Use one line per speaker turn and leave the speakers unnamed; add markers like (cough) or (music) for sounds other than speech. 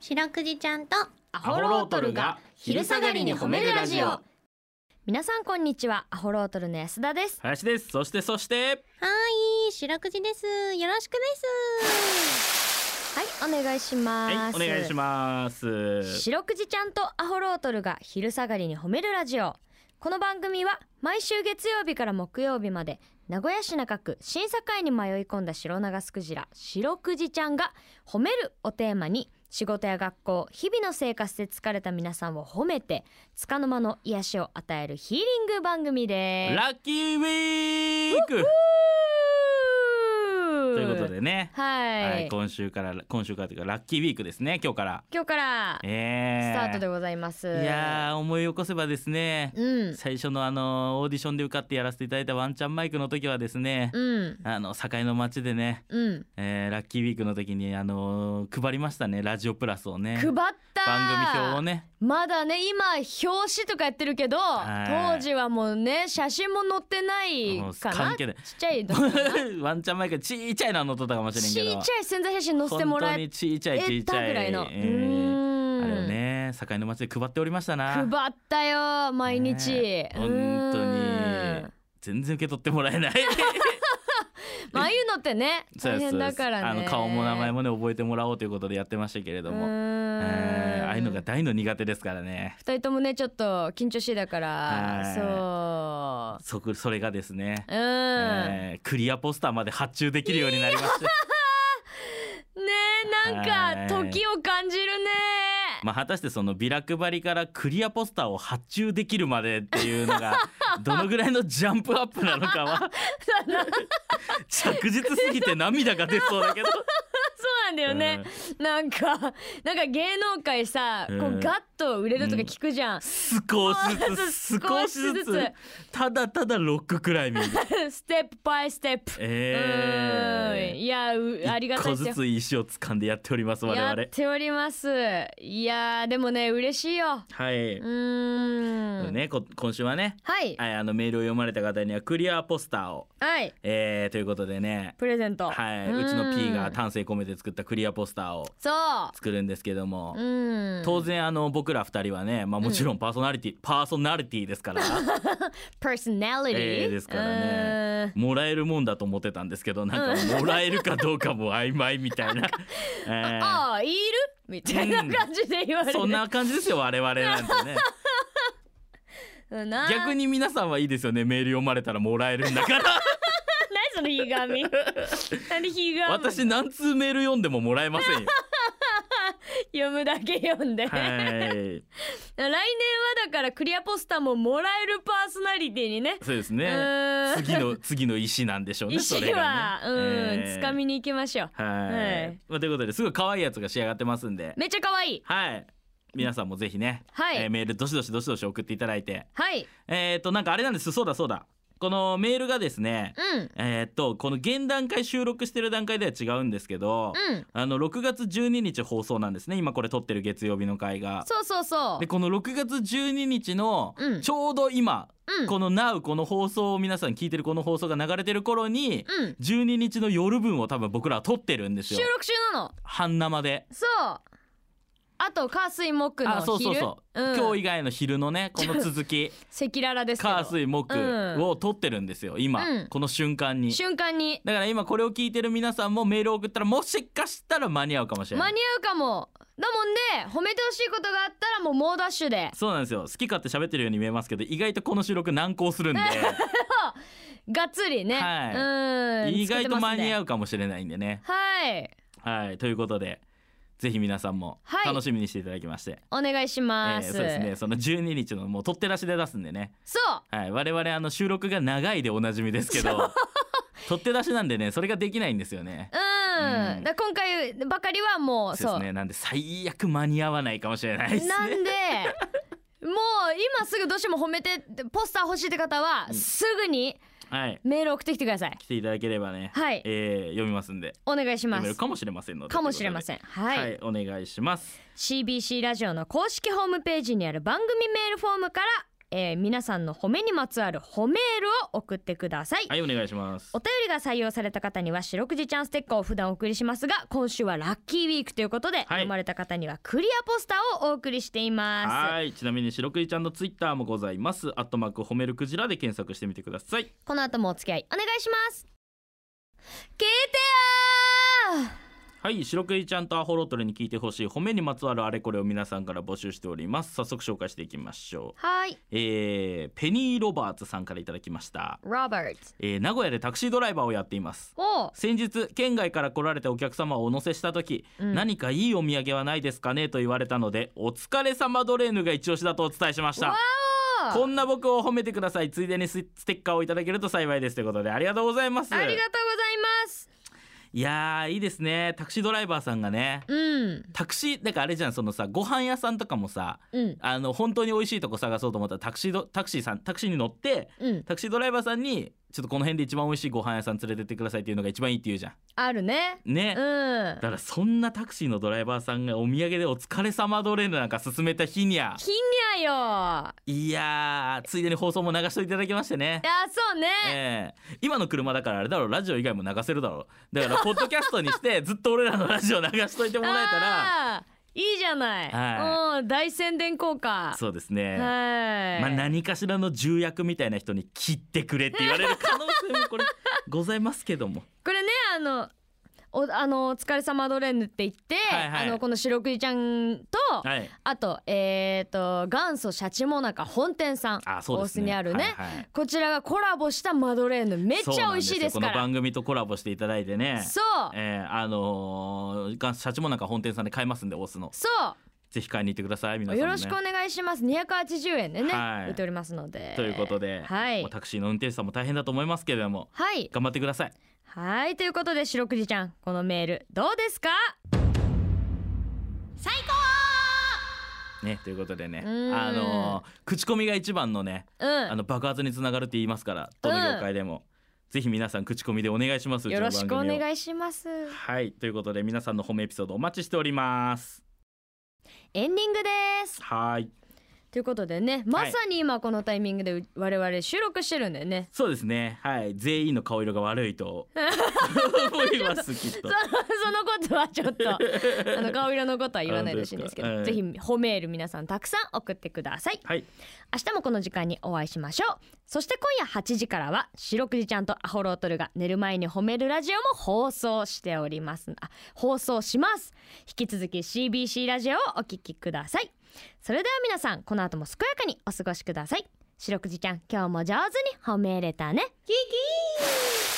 白くじちゃんと
ア
ホロートルが昼下がりに褒めるラジオ
皆さんこんにちはアホロートルの安田です
林ですそしてそして
はーい白くじですよろしくです
はいお願いし
は
ま
い
す
お願いします
白くじちゃんとアホロートルが昼下がりに褒めるラジオこの番組は毎週月曜日から木曜日まで名古屋市中区審査会に迷い込んだ白長スクジラ白くじちゃんが褒めるをテーマに仕事や学校日々の生活で疲れた皆さんを褒めて束の間の癒しを与えるヒーリング番組です
ラッキーウィークということでね
はい、
はい今週から今週からというかラッキーウィークですね今日から
今日からス
え
タートで
い
ございます、
やー思い起こせばですね
うん
最初のあのオーディションで受かってやらせていただいたワンチャンマイクの時はですね
うん
あの境の町でね
うん
えーラッキーウィークの時にあのー配りましたねラジオプラスをね
配った
番組表をね
まだね今表紙とかやってるけど
はい
当時はもうね写真も載ってない
もう
かな
関
ち
係
っ
ない
ち
(laughs)
ゃいの
ワンチャンマイクちっちゃいの乗っとったかも
ち
し
っ
れん
ち
け
ゃ
ど
い宣材写真載せてもら
本当
え
にちっちゃいちっち
た
ゃい
ぐらいの、
え
う
ー
ーん
あれをね境の町で配っておりましたな
配ったよ毎日、
ねえ
う
本当
ー
に
ん
全然受け取ってもら
(laughs)
えない
まあああいうのってね
そう
大
です
変だから
あ
ね
の顔も名前もね覚えてもらおうということでやってましたけれど
うー
も
ん
えーああいうのが大の苦手ですからね
二人ともねちょっと緊張しいだから
はい
そう
そこそれがですね
う、ん、
えークリアポスターまで発注できるようになりまして
ねえなんか
はい
時を感じるね
まあ果たしてそのビラ配りからクリアポスターを発注できるまでっていうのが
(laughs)
どのぐらいのジャンプアップなのかは着実すぎて涙が出そうだけど
そうなんだよね、なんかなんか芸能界さ、
うん
こうガッと売れるとか聞くじゃん、
少しずつ少
少
し
し
ず
ずつ
つただただロッククラ
(laughs)
イミング
ステップバイステップ、うん
え
いやう
ー、
ありがたい
一
で
個ず
すよ
つ石を掴んでやっております我
や
々
っておりますいやーでもね嬉しいよ
は
う
い、
ーん、
ねこ今週はね
はい
はい、あのメールを読まれた方にはクリアポスターを、
はい
えー、ということでね、
プレゼント
はい、
ん
うちの P が丹精込めて作ったクリアポスターを
そ
作るんですけども
う、う、ん、
当然あの僕ら二人はね、まあ、もちろんパーソナリティ、パーソナリティで
(laughs)
すから
パーソナリティ
えーですからねもらえるもんだと思ってたんですけどなんかもらえるかどうかも曖昧みたい
(laughs)
な、えー
ああいる (laughs) みたいな感じで言われる、
そんな感じですよ我々なんて
(laughs)
ね
うんな
逆に皆さんはいいですよねメール読まれたらもらえるんだから
何そのひが
(laughs)
みなんでひがみ
私何通メール読んでももらえませ
(laughs)
んよ
読むだけ読んで、来
はい
年はだからクリアポスターももらえるパーソナリティにね
そうです
う
ね
ーん
次の次の石なんでしょうね
石
それが
は、
ね
うん、
えー
掴みに行きましょう
はい、
はい
まあ、ということですごい可愛いやつが仕上がってますんで
めっちゃ可愛い
はい皆さんもぜひね、
はい
えーメールどしどしどしどし送っていただいて
はい
えっ、となんかあれなんですそうだそうだこのメールがですね
うん
えっ、とこの現段階収録してる段階では違うんですけど、
うん
あの6月12日放送なんですね今これ撮ってる月曜日の回が
そうそうそう
でこの6月12日の
うん
ちょうど今、
うん
この NOW この放送を皆さん聞いてるこの放送が流れてる頃に、
うん
12日の夜分を多分僕らは撮ってるんです
収
よ
録中なの
半生で。
そうあと火水木の昼
あそうそうそう、
ん、
今日以外の昼
(laughs)
のねこの続き
赤裸々ですけど
火水木
うん
を撮ってるんですよ今、
うん
この瞬間に
瞬間に
だから今これを聞いてる皆さんもメールを送ったらもしかしたら間に合うかもしれな
間
い
に合うかもだもんで褒めてほしいことがあったらもう猛ダッシュで
そうなんですよ好き勝手喋ってるように見えますけど意外とこの収録難航するんで
がっつりね、
は
(laughs)
い (laughs)
うん
意外と間に合
う
うかもしれないんでね
はい
はいということでぜひ皆さんも
はい
楽しみにしていただきまして、
お願いしま
え
す、
ーそうですねその12日のもう取って出しで出すんでね
そう
はい、我々あの収録が長いでおなじみですけど取って出しなんでねそれができないんですよね。
うん、
うん
だから今回ばかりはもう
そう
そ
で
う
すねなんで最悪間に合わないかもしれないですね。
なんで
(laughs)
もう今すぐどうしても褒めてポスター欲しいって方はすぐに
はい
メール送ってきてください
来ていただければね、
はい
えー読みますんで
お願いしま
読める
す
かもしれませんので
かもしれませ
ん。
んはい、
はい、お願いします。
CBC ラジオの公式ホームページにある番組メールフォームからえー皆さんの褒めにまつわる褒めールを送ってください、
はいお願いします
お便りが採用された方には白くじちゃんステッカーを普段お送りしますが今週はラッキーウィークということで、
はい
生まれた方にはクリアポスターをお送りしています
はいちなみに白クジちゃんのツイッターもございますアットマーク褒めるクジラで検索してみてください
この後もお付き合いお願いします聞いてよー
はい白クジちゃんとアホロトルに聞いてほしい褒めにまつわるあれこれを皆さんから募集しております早速紹介していきましょう
はい
えー、ペニー・ロバーツさんからいただきました、
ロバート
えー名古屋でタクシードライバーをやっています
おう
先日県外から来られたお客様をお乗せした時、
うん
何かいいお土産はないですかねと言われたのでお疲れ様ドレーヌが一押しだとお伝えしました
おう
こんな僕を褒めてくださいついでにスステッカーをいただけると幸いですということでありがとうございます
ありがとうございます
いやーいいですねタクシードライバーさんがね
うん
タクシーだからあれじゃんそのさご飯屋さんとかもさ
うん
あの本当に美味しいとこ探そうと思ったらタクシードタクシーさんタクシーに乗って
うん
タクシードライバーさんにちょっとこの辺で一番美味しいご飯屋さん連れてってくださいっていうのが一番いいって言うじゃ
あるね
んね、
うん
だからそんなタクシーのドライバーさんがお土産でお疲れ様ドレーヌなんか勧めた日にゃ
ひにゃよ
いやーついでに放送も流していただきましてね
いやそうね、
ええ今の車だからあれだろラジオ以外も流せるだろだからポッドキャストにしてずっと俺らのラジオ流しといてもらえた
(laughs)
ら
あーいいじゃない、
は
うん大宣伝効果
そうですね、
はい、
まあ、何かしらの重役みたいな人に切ってくれって言われる可能性もこれございますけ
(laughs)
ども
これねあのおあのお疲れ様ドレーヌって言って、
はいはい
あのこの白くじちゃんと、
はい
あとえっ、と元祖シャチモナカ本店さん
あそうです
大
ね
須にあるね
はいはい
こちらがコラボしたマドレーヌめっちゃ美味しいですか
そうな
ら
んよこの番組とコラボしていただいてね
そう
えー、あのー、がシャチもなんか本店さんで買えますんで押すの
そ
ぜひ買いに行ってください皆
う
さんも、ね、
よろしくお願いします280円でね、
はい
売っておりますので
ということで、
はい
もうタクシーの運転手さんも大変だと思いますけれども
はい
頑張ってください
はいということで白くじちゃんこのメールどうですか
最
ねということでね
うん
あのー口コミが一番のね
うん
あの爆発につながるって言いますからどの業界でも、ぜひ皆さん口コミでお願いします
よろしくお
うちの番組を
願いします
はいということで皆さんの褒めエピソードお待ちしております
エンディングです
はい
ということでねまさに今このタイミングでう我々収録してるんだよ
(laughs)
ね、
そうですねはい全員の顔色が悪いと思いますきっ
そそ
と
のことはちょっとあの顔色のことは言わないでほしいんですけど
あ本当
ぜ
です
ひ
か
褒めール皆さんたくさん送ってください
はい
明日もこの時間にお会いしましょうそして今夜8時からは白くじちゃんとアホロートルが寝る前に褒めるラジオも放送しておりますあ放送します引き続き CBC ラジオをお聞きくださいそれでは皆さんこの後も健やかにお過ごしください白くじちゃん今日も上手に褒めれたねキキー